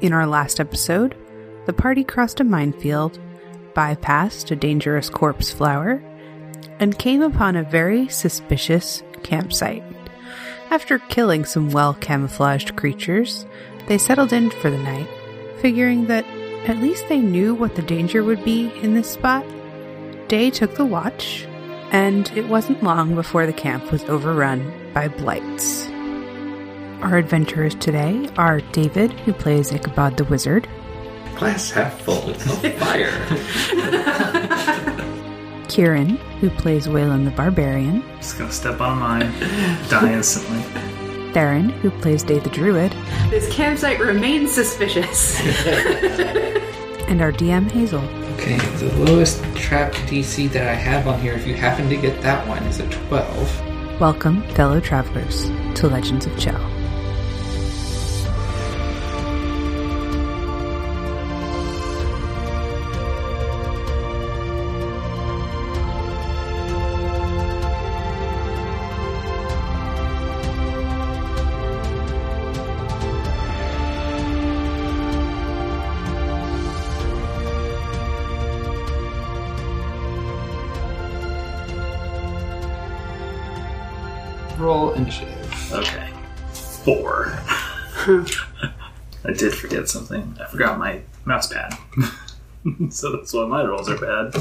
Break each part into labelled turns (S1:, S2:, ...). S1: In our last episode, the party crossed a minefield, bypassed a dangerous corpse flower, and came upon a very suspicious campsite. After killing some well camouflaged creatures, they settled in for the night, figuring that at least they knew what the danger would be in this spot. Day took the watch, and it wasn't long before the camp was overrun by blights. Our adventurers today are David, who plays Ichabod the Wizard,
S2: Glass half full of fire.
S1: Kieran, who plays Waylon the Barbarian,
S3: Just gonna step on mine, die instantly.
S1: Theron, who plays Day the Druid,
S4: This campsite remains suspicious.
S1: and our DM Hazel.
S2: Okay, the lowest trap DC that I have on here, if you happen to get that one, is a 12.
S1: Welcome, fellow travelers, to Legends of Chell.
S2: Roll initiative.
S3: Okay. Four. I did forget something. I forgot my mouse pad. so that's why my rolls are bad.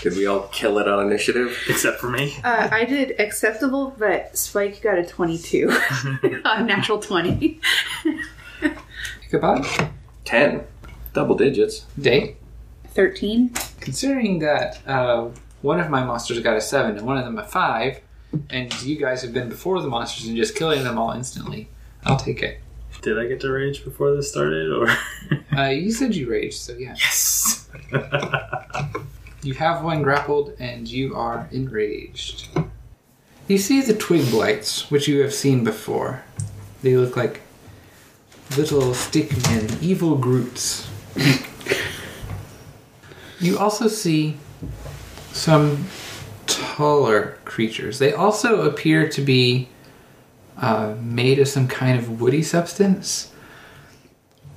S5: Did we all kill it on initiative?
S3: Except for me.
S4: Uh, I did acceptable, but Spike got a 22. a natural 20.
S2: Ichabod?
S5: Ten. Double digits.
S2: Day?
S4: 13.
S2: Considering that uh, one of my monsters got a 7 and one of them a 5, and you guys have been before the monsters and just killing them all instantly, I'll take it.
S3: Did I get to rage before this started or
S2: Uh, you said you raged, so yeah.
S3: Yes.
S2: You have one grappled and you are enraged. You see the twig blights, which you have seen before. They look like little stick men, evil Groots. you also see some taller creatures. They also appear to be uh, made of some kind of woody substance.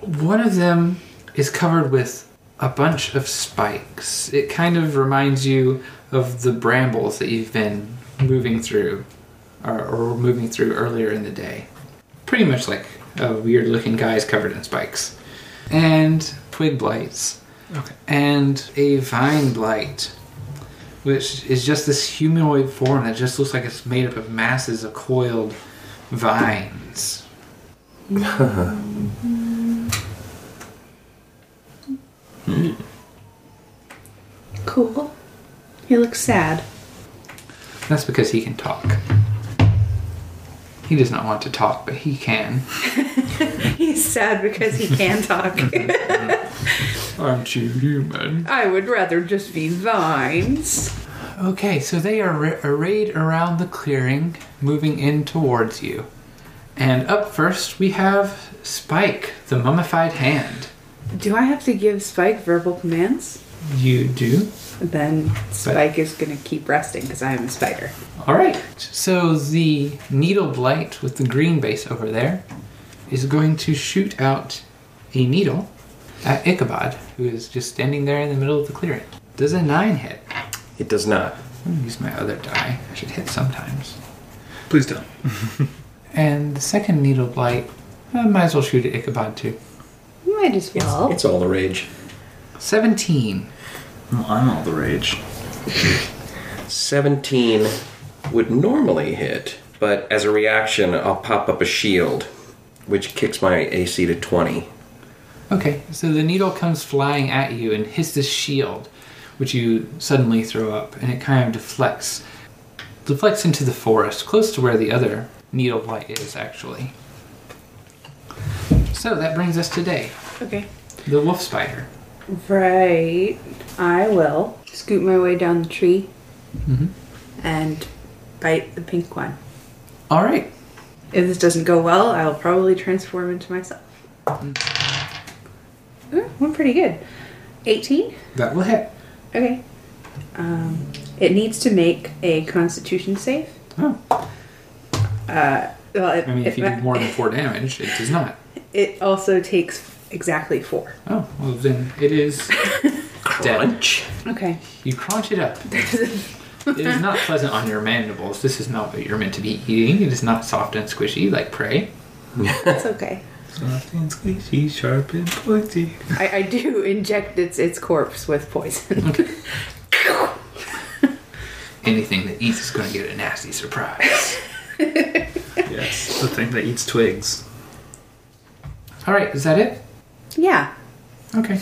S2: One of them is covered with a bunch of spikes. It kind of reminds you of the brambles that you've been moving through, or, or moving through earlier in the day. Pretty much like a weird looking guy's covered in spikes. And twig blights.
S3: Okay.
S2: And a vine blight, which is just this humanoid form that just looks like it's made up of masses of coiled vines.
S4: Cool. He looks sad.
S2: That's because he can talk. He does not want to talk, but he can.
S4: He's sad because he can talk.
S2: Aren't you human?
S4: I would rather just be vines.
S2: Okay, so they are ra- arrayed around the clearing, moving in towards you. And up first, we have Spike, the mummified hand.
S4: Do I have to give Spike verbal commands?
S2: You do?
S4: Then Spike is gonna keep resting because I am a spider.
S2: Alright, so the needle blight with the green base over there is going to shoot out a needle at Ichabod, who is just standing there in the middle of the clearing. Does a nine hit?
S5: It does not.
S2: I'm gonna use my other die. I should hit sometimes.
S3: Please don't.
S2: And the second needle blight, I might as well shoot at Ichabod too.
S4: Might as well.
S5: It's all the rage.
S2: 17.
S3: Well, I'm all the rage.
S5: Seventeen would normally hit, but as a reaction, I'll pop up a shield, which kicks my AC to twenty.
S2: Okay, so the needle comes flying at you and hits this shield, which you suddenly throw up, and it kind of deflects. Deflects into the forest, close to where the other needle blight is, actually. So that brings us to Day,
S4: Okay.
S2: the wolf spider.
S4: Right. I will scoot my way down the tree
S2: Mhm.
S4: and bite the pink one.
S2: Alright,
S4: If this doesn't go well, I'll probably transform into myself. Ooh, I'm pretty good. 18?
S2: that will hit.
S4: Okay. Um, it needs to make a constitution save.
S2: Oh,
S4: Uh, well, it,
S2: I mean, if
S4: it,
S2: you do more than four damage, it does not.
S4: it also takes exactly four.
S2: Oh, well then it is dead.
S5: Crunch.
S4: Okay.
S2: You crunch it up. it is not pleasant on your mandibles. This is not what you're meant to be eating. It is not soft and squishy like prey.
S4: That's okay.
S3: Soft and squishy, sharp and pointy.
S4: I, I do inject its its corpse with poison.
S2: Anything that eats is going to get a nasty surprise.
S3: Yes, the thing that eats twigs.
S2: All right, is that it?
S4: yeah.
S2: Okay.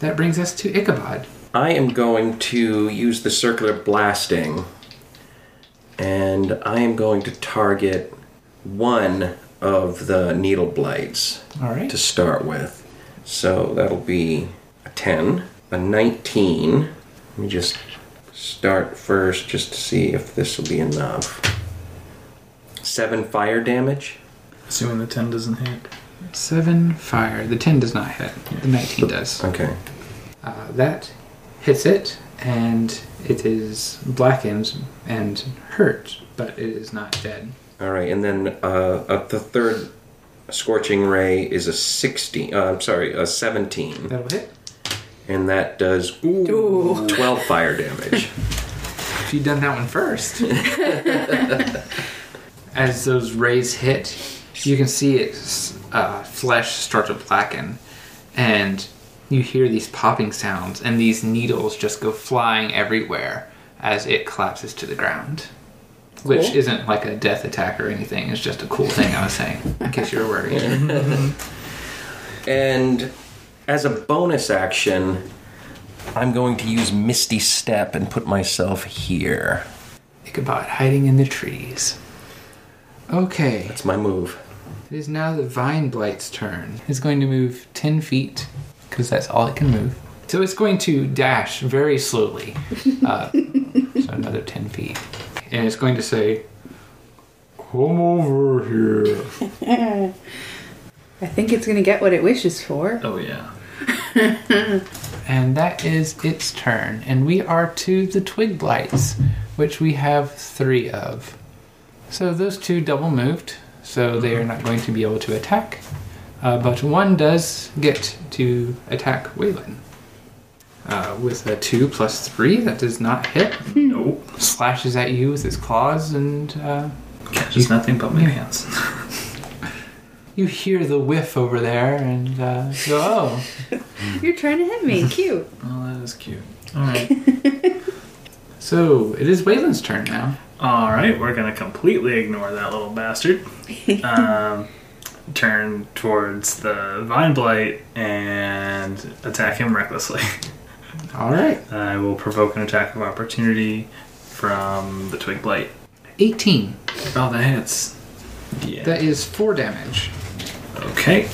S2: That brings us to Ichabod.
S5: I am going to use the circular blasting, and I am going to target one of the needle blades
S2: All right.
S5: to start with. So that'll be a 10, a 19. Let me just start first just to see if this will be enough. Seven fire damage.
S3: Assuming the 10 doesn't hit.
S2: Seven fire. The 10 does not hit, the 19 does.
S5: Okay.
S2: Uh, that hits it, and it is blackened and hurt, but it is not dead.
S5: All right, and then uh, uh, the third scorching ray is a sixteen. Uh, I'm sorry, a seventeen,
S2: That'll hit.
S5: and that does
S4: Ooh.
S5: twelve fire damage.
S2: If you'd done that one first. As those rays hit, you can see its uh, flesh start to blacken, and you hear these popping sounds, and these needles just go flying everywhere as it collapses to the ground. Which
S4: Cool.
S2: isn't like a death attack or anything, it's just a cool thing I was saying, in case you were worried.
S5: and as a bonus action, I'm going to use Misty Step and put myself here.
S2: Ichabod hiding in the trees. Okay.
S5: That's my move.
S2: It is now the Vine Blight's turn. It's going to move 10 feet, because that's all it can move. So it's going to dash very slowly. Uh, so another 10 feet. And it's going to say, Come over here.
S4: I think it's gonna get what it wishes for.
S3: Oh, yeah.
S2: And that is its turn. And we are to the Twig Blights, which we have three of. So those two double moved, so they are not going to be able to attack. Uh, but one does get to attack Waylon. Uh, with a 2 plus 3, that does not hit.
S3: Nope.
S2: Slashes at you with his claws, and uh,
S3: Catches nothing but my hands.
S2: you hear the whiff over there, and uh, you go, oh.
S4: You're trying to hit me. Cute.
S3: Well, that is cute. Alright.
S2: So it is Waylon's turn now.
S3: All right, we're gonna completely ignore that little bastard. um, turn towards the vine blight and attack him recklessly.
S2: Alright,
S3: I will provoke an attack of opportunity from the twig blight.
S2: 18.
S3: Oh, that hits. Yeah.
S2: That is 4 damage.
S3: okay.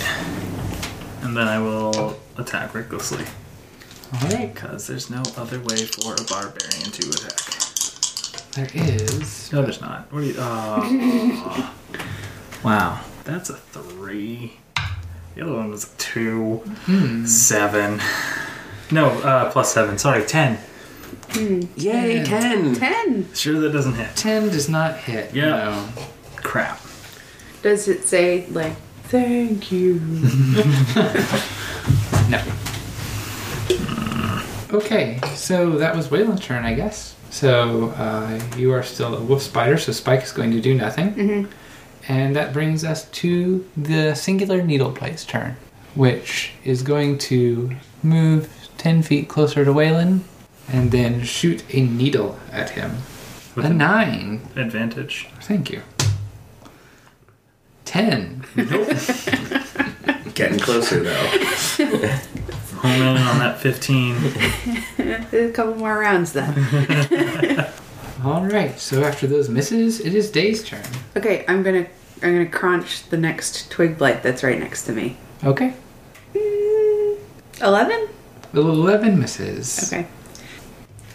S3: And then I will attack recklessly
S2: Alright.
S3: because there's no other way for a barbarian to attack.
S2: There is.
S3: No, there's not. What are you? Oh. wow, that's a three. The other one was a two,
S2: Hmm.
S3: seven. No, uh, plus seven. Sorry, ten.
S5: Yay, ten!
S4: Ten.
S3: Sure, that doesn't hit.
S2: 10 does not hit.
S3: Yeah.
S2: no.
S3: Crap.
S4: Does it say like thank you?
S2: No. Okay, so that was Waylon's turn, I guess. So uh, you are still a wolf spider, so Spike is going to do nothing. And that brings us to the singular needle blade's turn, which is going to move 10 feet closer to Waylon and then shoot a needle at him.
S3: With
S2: a
S3: an-
S2: 9.
S3: Advantage.
S2: Thank you. 10.
S5: Getting closer though.
S3: Home in on that fifteen.
S4: A couple more rounds then.
S2: All right. So after those misses, it is Day's turn.
S4: Okay, I'm gonna I'm gonna crunch the next twig blight that's right next to me.
S2: Okay.
S4: Eleven.
S2: Eleven misses.
S4: Okay.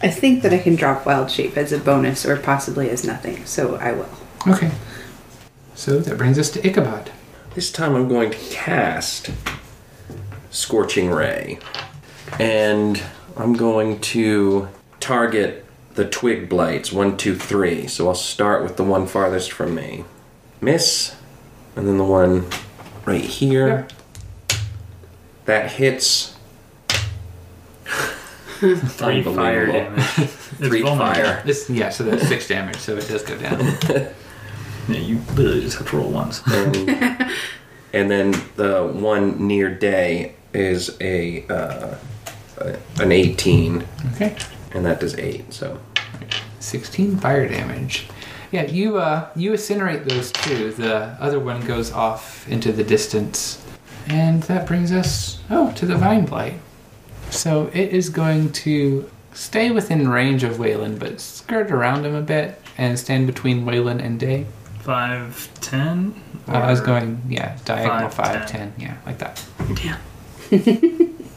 S4: I think that I can drop wild shape as a bonus or possibly as nothing, so I will.
S2: Okay. So that brings us to Ichabod.
S5: This time I'm going to cast Scorching Ray. And I'm going to target the twig blights one, two, three. So I'll start with the one farthest from me. Miss, and then the one right here. That hits
S3: Three fire
S5: Unbelievable.
S3: damage. It's
S5: three
S3: vulnerable.
S5: fire.
S2: It's, yeah, so that's six damage, so it does go down.
S3: Yeah, you literally just have to roll once.
S5: And, and then the one near day is a, uh, a an 18,
S2: Okay.
S5: and that does eight. So
S2: 16 fire damage. Yeah, you uh, you incinerate those two. The other one goes off into the distance, and that brings us oh to the vine blight. So it is going to stay within range of Wayland, but skirt around him a bit and stand between Wayland and Day.
S3: Five, ten?
S2: Uh, I was
S3: or-
S2: going yeah diagonal
S3: Five,
S2: five ten
S3: ten.
S2: yeah like that.
S4: Damn.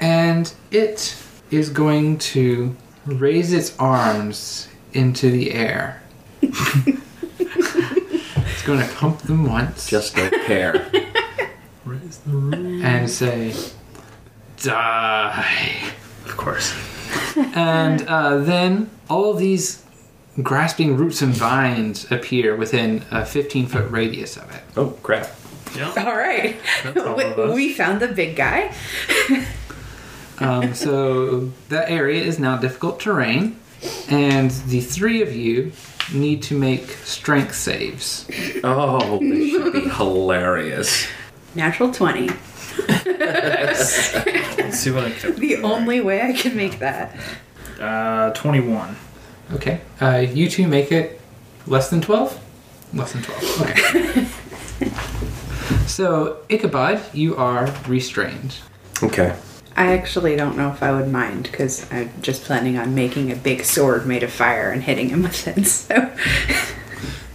S2: and it is going to raise its arms into the air. it's going to pump them once
S5: just don't care.
S3: Raise the roof.
S2: and say, "Die."
S3: Of course.
S2: And uh, then all these grasping roots and vines appear within a 15 foot radius of it.
S5: oh crap!
S3: Yeah.
S4: All right.
S3: That's all of us.
S4: We, we found the big guy.
S2: Um, so that area is now difficult terrain, and the three of you need to make strength saves.
S5: Oh, this should be hilarious.
S4: Natural 20.
S3: Let's see what I can
S4: The only way I can make that.
S3: Uh, 21.
S2: Okay. Uh, you two make it less than 12? Less than 12. Okay. so, Ichabod, you are restrained.
S5: Okay.
S4: I actually don't know if I would mind because I'm just planning on making a big sword made of fire and hitting him with it. So,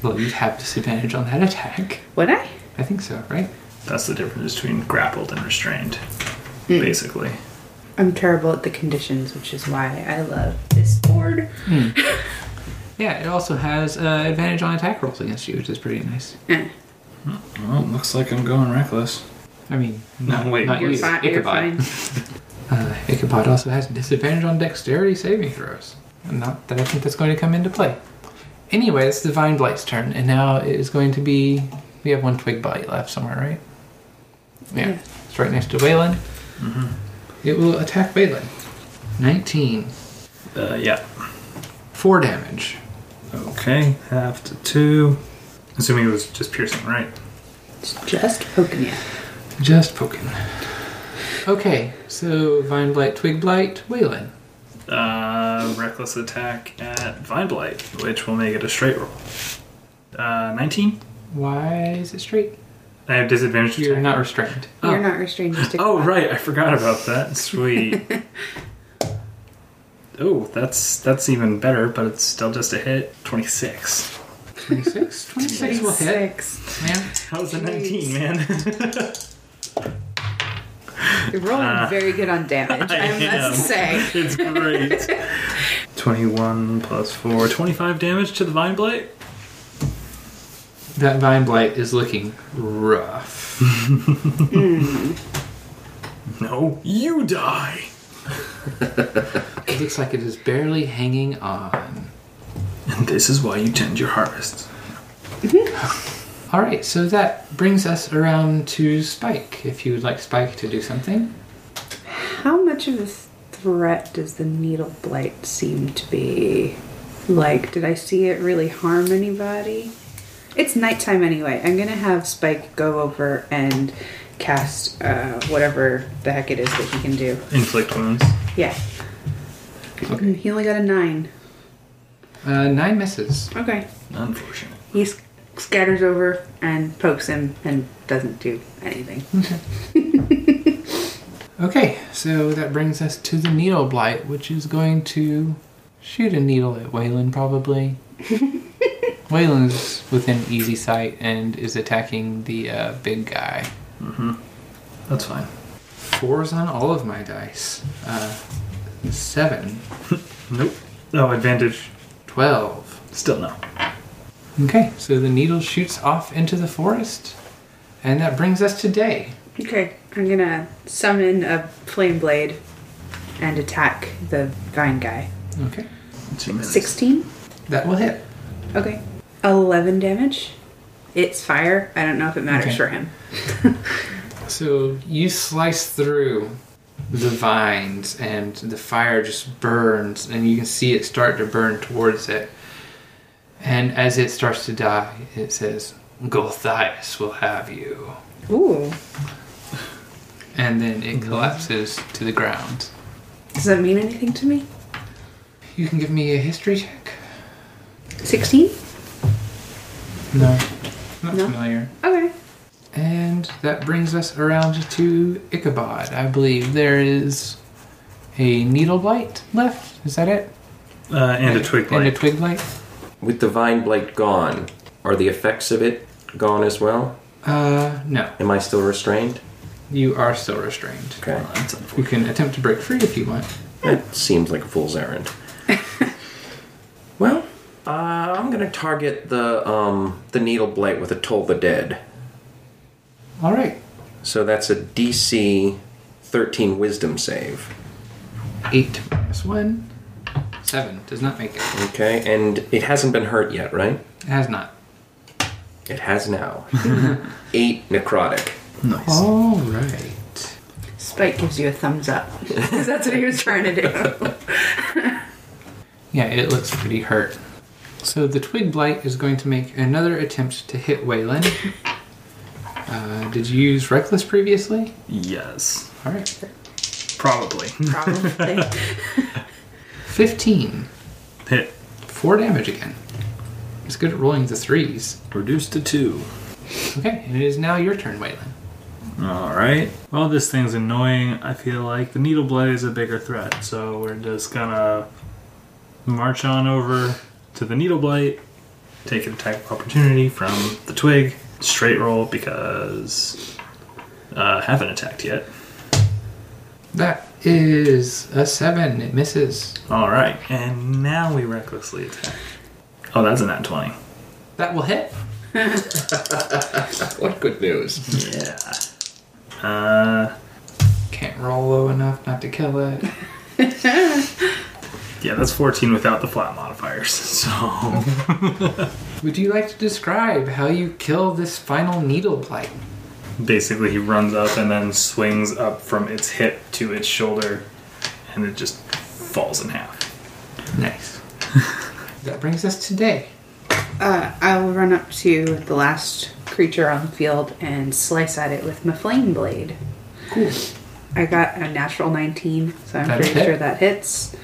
S2: Well, you'd have disadvantage on that attack.
S4: would I?
S2: I think so, right?
S3: That's the difference between grappled and restrained,
S2: Hmm.
S3: basically.
S4: I'm terrible at the conditions, which is why I love this sword.
S2: Yeah, it also has uh, advantage on attack rolls against you, which is pretty nice.
S4: Eh,
S3: Well, looks like I'm going reckless.
S2: I mean,
S3: No, wait.
S2: not
S4: you're,
S2: you,
S4: fine, you're
S2: Ichabod.
S4: fine.
S2: Uh, Ichabod also has disadvantage on dexterity saving throws. Not that I think that's going to come into play. Anyway, it's Divine Blight's turn, and now it is going to be. We have one twig bite left somewhere, right? Yeah.
S4: Yeah.
S2: It's right next to Waylon. It will attack Waylon. 19.
S3: Uh, yeah.
S2: 4 damage.
S3: Okay, half to two. Assuming it was just piercing, right?
S4: It's just poking you.
S2: Just poking. Okay, so Vine Blight, Twig Blight, Waylon.
S3: Uh, reckless attack at Vine Blight, which will make it a straight roll. Uh, 19?
S2: Why is it straight?
S3: I have disadvantage. to
S2: You're
S3: attack.
S2: not restrained.
S4: You're not restrained. Just
S3: Oh, right, I forgot about that. Sweet. oh, that's that's even better, but it's still just a hit. 26.
S2: 26? 26 will hit.
S4: Six.
S2: Man.
S3: That was a 19, man.
S4: You're rolling very good on damage, I,
S3: Ah. I am.
S4: must say.
S3: it's great. 21 plus 4, 25 damage to the Vine Blight.
S2: That vine blight is looking rough.
S3: No, you die.
S2: It looks like it is barely hanging on.
S3: And this is why you tend your harvest.
S2: All right, so that brings us around to Spike. If you would like Spike to do something,
S4: How much of a threat does the needle blight seem to be? Like, did I see it really harm anybody? It's nighttime anyway. I'm gonna have Spike go over and cast uh, whatever the heck it is that he can do.
S3: Inflict wounds.
S4: Yeah.
S2: Okay.
S4: He only got a nine.
S2: uh, nine misses.
S4: Okay.
S3: Unfortunate.
S4: He s- scatters over and pokes him and doesn't do anything.
S2: Okay, so that brings us to the needle blight, which is going to shoot a needle at Waylon probably. Waylon's within easy sight and is attacking the uh, big guy.
S3: That's fine.
S2: Fours on all of my dice. Uh, seven,
S3: Nope. No Oh, advantage.
S2: twelve.
S3: Still no.
S2: Okay, so the needle shoots off into the forest, and that brings us to day.
S4: Okay, I'm gonna summon a flame blade and attack the vine guy.
S2: Okay,
S3: Two minutes.
S4: 16?
S2: that will hit.
S4: Okay. 11 damage. It's fire. I don't know if it matters
S2: Okay.
S4: for him.
S2: So you slice through the vines, and the fire just burns, and you can see it start to burn towards it. And as it starts to die, it says, Golthias will have you.
S4: Ooh.
S2: And then it collapses to the ground.
S4: Does that mean anything to me?
S2: You can give me a history check?
S4: 16?
S2: No. Not
S4: No.
S2: familiar.
S4: Okay.
S2: And that brings us around to Ichabod. I believe there is a needle blight left. Is that it?
S3: Uh, and a twig
S2: And a
S3: blade.
S2: twig blight?
S5: With the vine blight gone, are the effects of it gone as well?
S2: Uh, no.
S5: Am I still restrained?
S2: You are still restrained.
S5: Okay.
S3: Well, that's
S2: You
S3: unfortunate.
S2: can attempt to break free if you want.
S5: That seems like a fool's errand. well, uh, I'm gonna target the um, the needle blight with a toll the dead.
S2: All right.
S5: So that's a DC 13 Wisdom save.
S2: Eight minus one. Seven. Does not make it.
S5: Okay, and it hasn't been hurt yet, right?
S2: It has not.
S5: It has now. Eight necrotic.
S3: Nice.
S2: All right.
S4: Spike gives you a thumbs up. Because that's what he was trying to do.
S2: Yeah, it looks pretty hurt. So the twig blight is going to make another attempt to hit Wayland. Uh, did you use reckless previously?
S3: Yes.
S2: All right.
S3: Probably.
S4: Probably.
S2: 15.
S3: Hit.
S2: Four damage again. It's good at rolling the threes.
S3: Reduced to two.
S2: Okay, and it is now your turn, Wayland.
S3: All right. Well, this thing's annoying. I feel like the needle blade is a bigger threat, so we're just gonna march on over to the needle blade, take an attack of opportunity from the twig, straight roll because uh, haven't attacked yet.
S2: That is a seven. It misses.
S3: All right, and now we recklessly attack. Oh, that's a nat twenty.
S2: That will hit.
S5: What good news.
S3: Yeah. Uh,
S2: Can't roll low enough not to kill it.
S3: yeah, that's fourteen without the flat modifiers. So.
S2: Would you like to describe how you kill this final needle blight?
S3: basically he runs up and then swings up from its hip to its shoulder and it just falls in half
S2: Nice. that brings us today.
S4: uh, I will run up to the last creature on the field and slice at it with my flame blade.
S2: Cool.
S4: I got a natural 19, so I'm
S2: That
S4: pretty
S2: hit.
S4: sure that hits.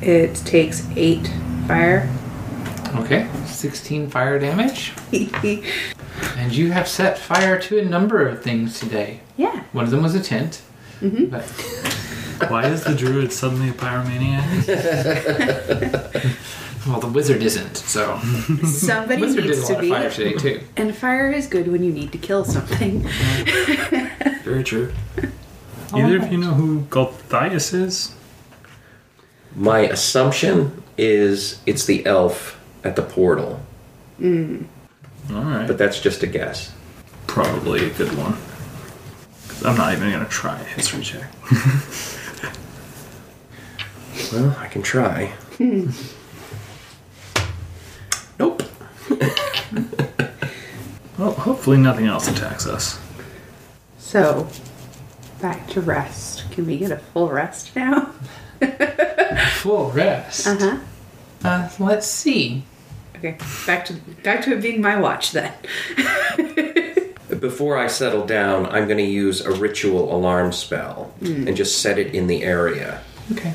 S4: It takes 8 fire.
S2: Okay. 16 fire damage. And you have set fire to a number of things today.
S4: yeah.
S2: One of them was a tent.
S4: Mm-hmm.
S2: But
S3: why is the druid suddenly a pyromaniac
S2: well, the wizard isn't, so
S4: Somebody
S2: wizard did a lot
S4: needs to
S2: of
S4: be.
S2: fire today too.
S4: And fire is good when you need to kill something.
S5: Very true.
S3: either of you know who Golthias is
S5: My assumption is it's the elf at the portal,
S3: all right
S5: but that's just a guess.
S3: probably a good one 'Cause i'm not even gonna try a history check
S5: Well, I can try. nope.
S3: well hopefully nothing else attacks us
S4: So, back to rest. Can we get a full rest now?
S2: Full rest.
S4: Uh huh.
S2: Uh, let's see.
S4: Okay, back to back to it being my watch then.
S5: Before I settle down, I'm going to use a ritual alarm spell and just set it in the area,
S2: Okay.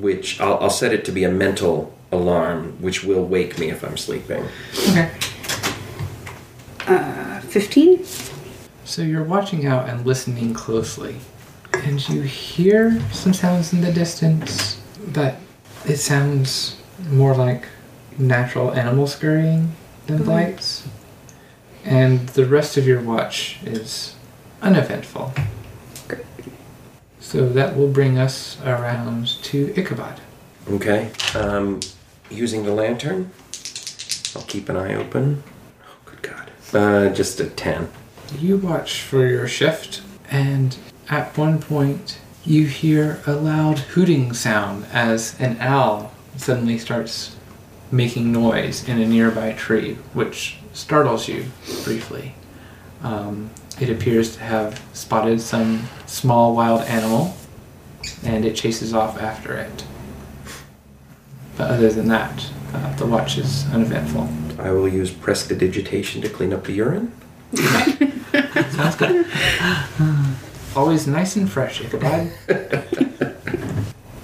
S5: which I'll, I'll set it to be a mental alarm, which will wake me if I'm sleeping.
S2: Okay.
S4: Uh, Fifteen.
S2: So you're watching out and listening closely, and you hear some sounds in the distance, but it sounds more like natural animal scurrying than lights. And the rest of your watch is uneventful. So that will bring us around to Ichabod.
S5: Okay. Um, using the lantern, I'll keep an eye open. Oh, good God. Uh, just a 10.
S2: You watch for your shift, and at one point, you hear a loud hooting sound as an owl suddenly starts making noise in a nearby tree, which startles you briefly. Um, it appears to have spotted some small wild animal, and it chases off after it. But other than that, uh, the watch is uneventful.
S5: I will use prestidigitation to clean up the urine.
S2: Sounds good. Always nice and fresh, Ichabod.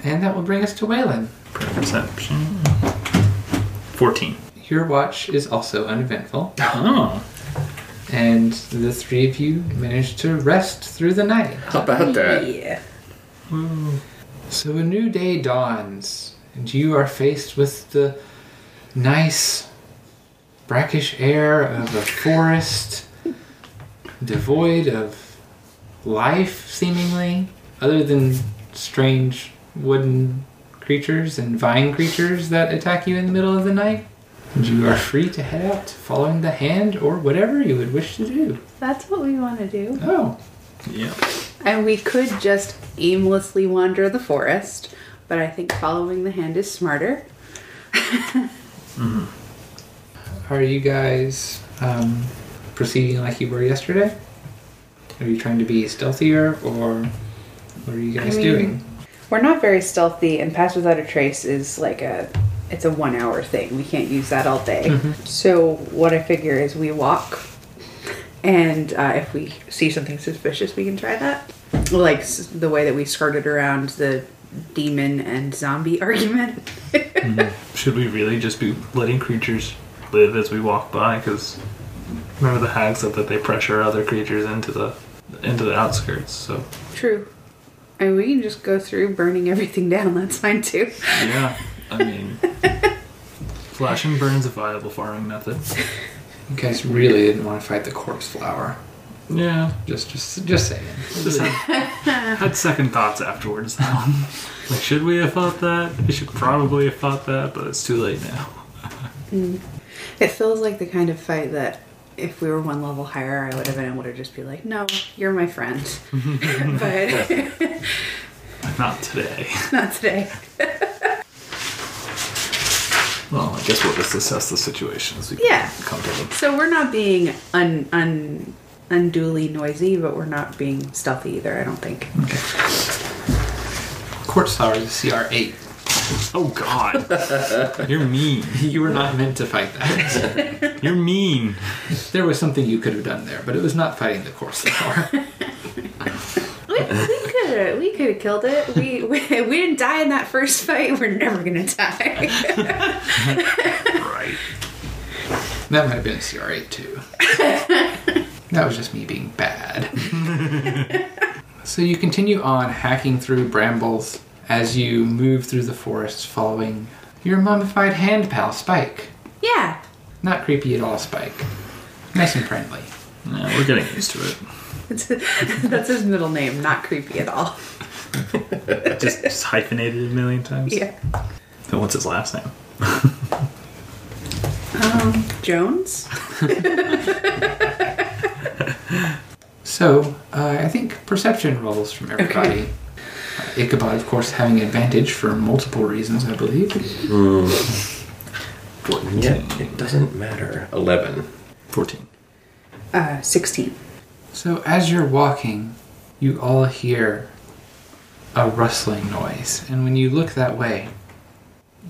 S2: and that will bring us to Waylon.
S3: Perception. 14.
S2: Your watch is also uneventful,
S3: Oh.
S2: and the three of you manage to rest through the night.
S5: How about that?
S4: Yeah.
S2: So a new day dawns, and you are faced with the nice, brackish air of a forest, devoid of life, seemingly, other than strange wooden creatures and vine creatures that attack you in the middle of the night. And you are free to head out, following the hand or whatever you would wish to do.
S4: That's what we want to do.
S2: Oh,
S3: Yep.
S4: And we could just aimlessly wander the forest, but I think following the hand is smarter.
S2: are you guys um, proceeding like you were yesterday? Are you trying to be stealthier, or what are you guys
S4: mean-
S2: doing?
S4: We're not very stealthy, and Pass Without a Trace is like a. It's a one hour thing. We can't use that all day. So, what I figure is we walk, and uh, if we see something suspicious, we can try that. Like s- the way that we skirted around the demon and zombie argument.
S3: Should we really just be letting creatures live as we walk by? Because remember the hag said that they pressure other creatures into the into the outskirts. So
S4: True. And we can just go through burning everything down. That's fine too.
S3: yeah, I mean, flash and burn is a viable farming method.
S2: You guys really didn't want to fight the corpse flower.
S3: Yeah,
S2: Just, just, just saying.
S3: just had, had second thoughts afterwards. Though. like, should we have fought that? We should probably have fought that, but it's too late now.
S4: It feels like the kind of fight that if we were one level higher, I would have been able to just be like, no, you're my friend. but
S3: Not today.
S4: not today.
S3: Well, I guess we'll just assess the situation as we
S4: Yeah.
S3: come to them.
S4: So we're not being un, un, unduly noisy, but we're not being stealthy either, I don't think.
S2: Corpse flower is a CR8.
S3: Oh God, you're mean.
S2: You were not meant to fight that.
S3: You're mean.
S2: there was something you could have done there, but it was not fighting the corpse flower.
S4: We, we could have we could have killed it. We, we we didn't die in that first fight. We're never gonna die.
S3: Right.
S2: that might have been a CR8 too. that was just me being bad. so you continue on hacking through brambles as you move through the forest, following your mummified hand pal Spike.
S4: yeah,
S2: Not creepy at all, Spike. Nice and friendly.
S3: Yeah, we're getting used to it.
S4: It's- that's his middle name. Not creepy at all.
S3: Just, just hyphenated a million times.
S4: Yeah.
S3: Then what's his last name?
S4: Um, Jones.
S2: So, uh, I think perception rolls from everybody. Uh, Ichabod, of course, having advantage for multiple reasons, I believe.
S5: Fourteen. Yet it doesn't matter. Eleven.
S3: Fourteen.
S4: Uh, sixteen.
S2: So, as you're walking, you all hear a rustling noise. And when you look that way,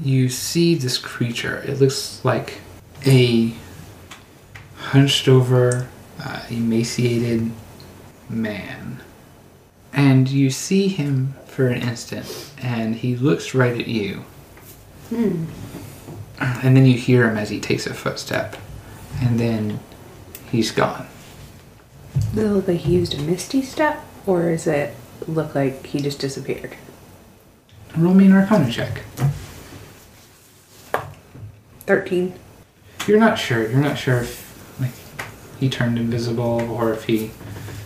S2: you see this creature. It looks like a hunched over, uh, emaciated man. And you see him for an instant, and he looks right at you. And then you hear him as he takes a footstep, and then he's gone.
S4: Does it look like he used a misty step, or is it look like he just disappeared?
S2: Roll me an Arcana check.
S4: Thirteen.
S2: You're not sure. You're not sure if like he turned invisible or if he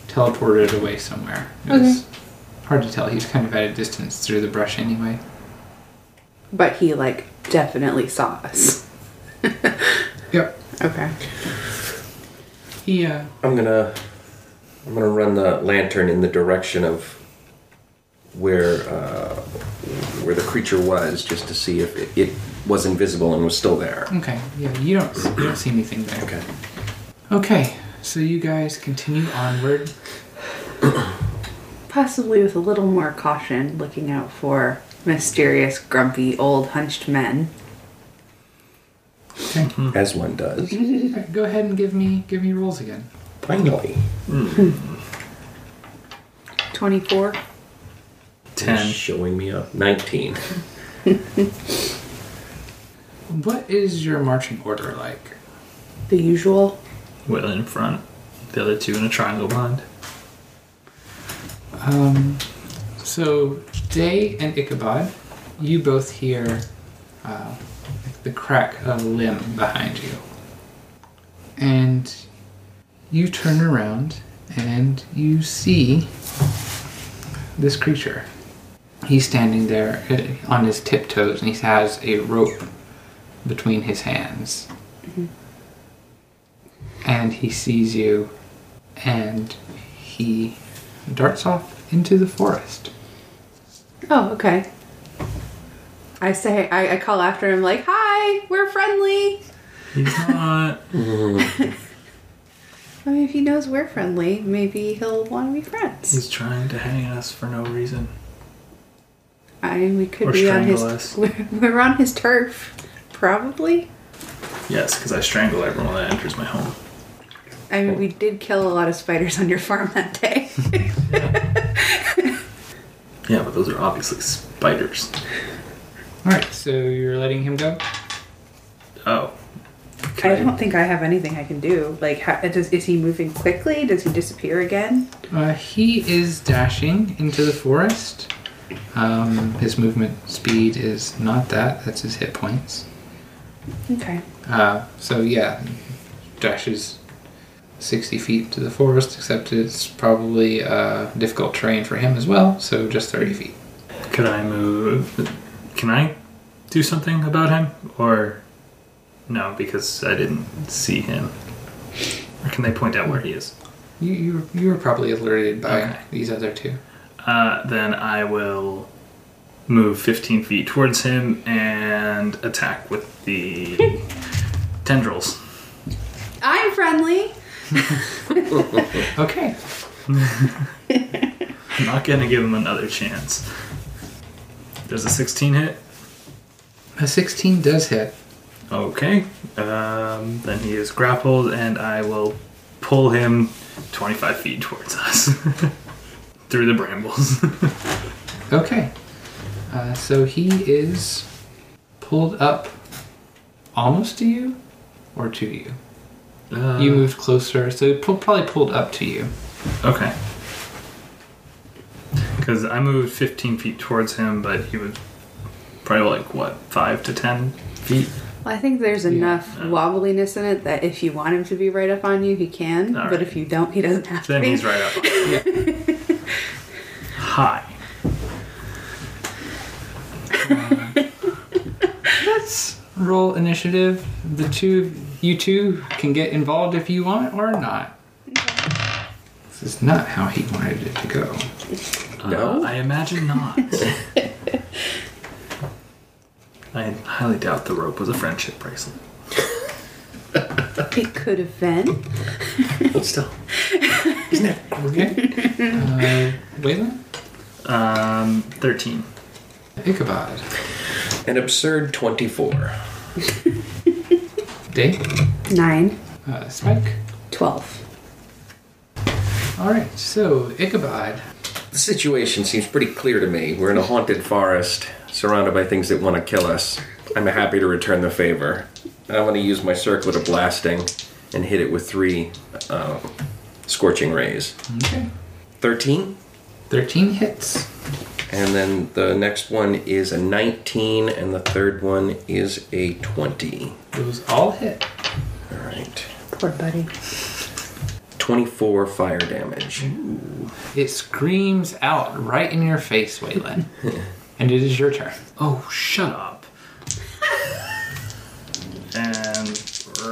S2: teleported away somewhere. It was hard to tell. He's kind of at a distance through the brush anyway.
S4: But he like definitely saw us.
S2: Yep.
S4: Okay.
S2: He uh,
S5: I'm gonna I'm gonna run the lantern in the direction of where uh, where the creature was, just to see if it, it was invisible and was still there.
S2: okay. Yeah, you don't you don't see anything there.
S5: Okay.
S2: Okay. So you guys continue onward.
S4: Possibly with a little more caution, looking out for mysterious, grumpy, old, hunched men.
S2: Okay.
S5: as one does.
S2: Alright, Go ahead and give me give me rolls again.
S5: Finally.
S4: 24.
S3: Ten.
S5: Showing me up. 19.
S2: What is your marching order like?
S4: The usual.
S3: Whitland in front, the other two in a triangle behind.
S2: Um, so Day and Ichabod, you both hear uh, like the crack of a limb behind you, and you turn around and you see this creature. He's standing there uh, on his tiptoes, and he has a rope between his hands. And he sees you, and he darts off into the forest.
S4: Oh, okay. I say, I, I call after him, like, hi, we're friendly.
S3: He's not.
S4: I mean, if he knows we're friendly, maybe he'll want to be friends.
S3: he's trying to hang us for no reason.
S4: I mean, we could
S3: Or
S4: be on his.
S3: strangle us.
S4: We're, we're on his turf, probably.
S3: Yes, because I strangle everyone that enters my home.
S4: I mean, we did kill a lot of spiders on your farm that day.
S3: Yeah, but those are obviously spiders.
S2: All right, so you're letting him go.
S3: Oh.
S4: I don't think I have anything I can do. Like, how, does, is he moving quickly? Does he disappear again?
S2: Uh, he is dashing into the forest. Um, his movement speed is not that. That's his hit points.
S4: Okay.
S2: Uh, so yeah, dashes sixty feet to the forest. Except it's probably uh, difficult terrain for him as well. So just thirty feet.
S3: Could I move? Can I do something about him? Or no, because I didn't see him. Or can they point out where he is?
S2: You you were, you were probably alerted by
S3: Okay.
S2: these other two.
S3: Uh, then I will move 15 feet towards him and attack with the tendrils.
S4: I'm friendly.
S2: Okay.
S3: I'm not gonna give him another chance. There's a 16 hit.
S2: A sixteen does hit.
S3: Okay. Um, then he is grappled, and I will pull him 25 feet towards us through the brambles.
S2: Okay. Uh, so he is pulled up almost to you or to you.
S3: uh,
S2: you moved closer, so he pu- probably pulled up to you.
S3: Okay. Because I moved 15 feet towards him, but he was probably like, what, 5 to 10 feet?
S4: Well, I think there's enough wobbliness in it that if you want him to be right up on you, he can.
S3: All
S4: but
S3: right.
S4: if you don't, he doesn't have
S3: Then
S4: to. be.
S3: he's right up. Hi.
S2: Let's roll initiative. The two, of you two, can get involved if you want or not. This is not how he wanted it to go.
S5: No?
S3: I imagine not. I highly doubt the rope was a friendship bracelet.
S4: It could have been.
S5: Hold still.
S2: Okay. Uh, Waylon?
S3: Um, 13.
S2: Ichabod.
S5: An absurd 24.
S2: Day?
S4: Nine.
S2: Uh, Spike?
S4: Twelve.
S2: Alright, so Ichabod.
S5: The situation seems pretty clear to me. We're in a haunted forest, surrounded by things that want to kill us. I'm happy to return the favor. I want to use my circlet of blasting and hit it with three uh, scorching rays.
S2: Okay.
S5: 13,
S2: 13 hits.
S5: and then the next one is a 19, and the third one is a 20.
S2: Those all hit.
S5: All right.
S4: Poor buddy.
S5: 24 fire damage.
S2: It screams out right in your face, Waylon. and it is your turn.
S3: Oh, shut up. and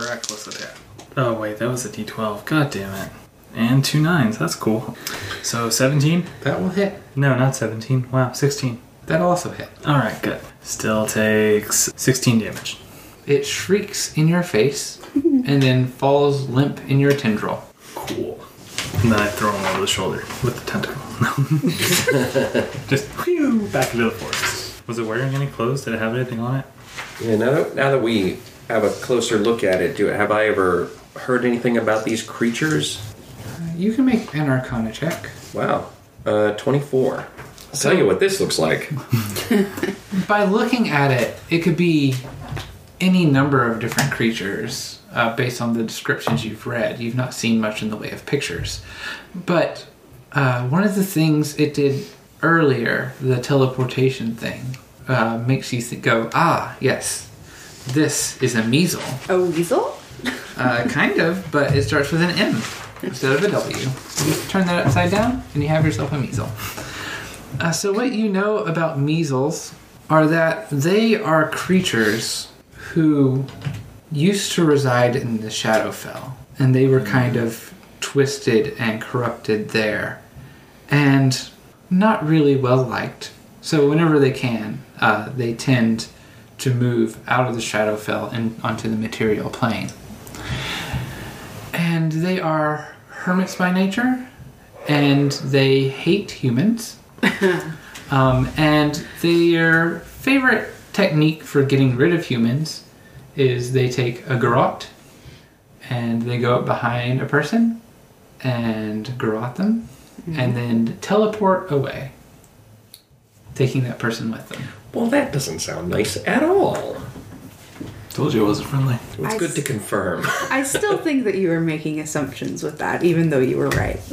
S3: reckless attack. Oh, wait, that was a d12. God damn it. And two nines. That's cool. So 17?
S2: That will hit.
S3: No, not 17. Wow, 16.
S2: That also hit.
S3: Alright, good. Still takes 16 damage.
S2: It shrieks in your face and then falls limp in your tendril.
S3: Cool. And then I throw him over the shoulder with the tentacle. No. Just whew, back into the forest. Was it wearing any clothes? Did it have anything on it?
S5: Yeah, now that, now that we have a closer look at it, do have I ever heard anything about these creatures?
S2: You can make an Arcana check.
S5: Wow, uh, twenty-four. I'll tell you what this looks like.
S2: By looking at it, it could be any number of different creatures uh, based on the descriptions you've read. You've not seen much in the way of pictures. But uh, one of the things it did earlier, the teleportation thing, uh, makes you th- go, ah, yes, this is a measle.
S4: A weasel?
S2: Uh, kind of, but it starts with an M instead of a W. You turn that upside down, and you have yourself a measle. Uh, so, what you know about measles are that they are creatures who used to reside in the Shadowfell, and they were kind of twisted and corrupted there, and not really well liked. So, whenever they can, uh, they tend to move out of the Shadowfell and onto the material plane and they are hermits by nature, and they hate humans. um, and their favorite technique for getting rid of humans is they take a garrote and they go up behind a person and garrote them and then teleport away, taking that person with them.
S5: Well, that doesn't sound nice at all.
S3: Told you it wasn't friendly.
S5: It's
S4: I
S5: good to
S4: s-
S5: confirm.
S4: I still think that you were making assumptions with that, even though you were right.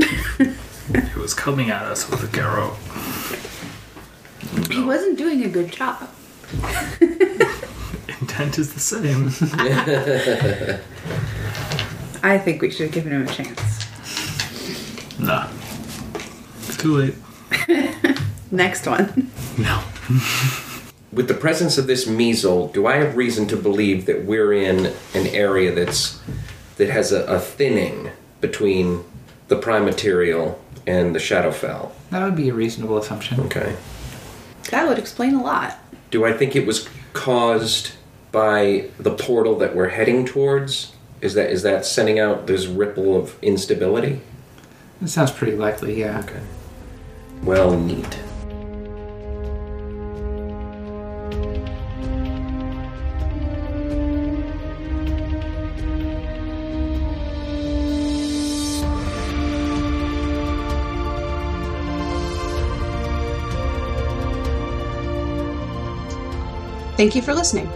S3: It was coming at us with a garrow.
S4: he wasn't doing a good job.
S3: Intent is the same.
S4: I think we should have given him a chance.
S3: nah. It's too late.
S4: Next one.
S3: No.
S5: With the presence of this measle, do I have reason to believe that we're in an area that's that has a, a thinning between the prime material and the Shadowfell?
S2: That would be a reasonable assumption.
S5: Okay.
S4: That would explain a lot.
S5: Do I think it was caused by the portal that we're heading towards? Is that is that sending out this ripple of instability?
S2: It sounds pretty likely, yeah.
S5: Okay. Well, neat.
S6: Thank you for listening.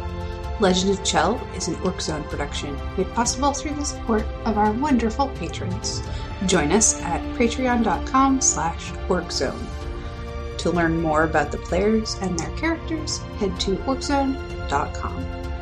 S6: Legend of Chell is an Orc Zone production made possible through the support of our wonderful patrons. Join us at patreon.com slash orczone. To learn more about the players and their characters, head to orczone.com.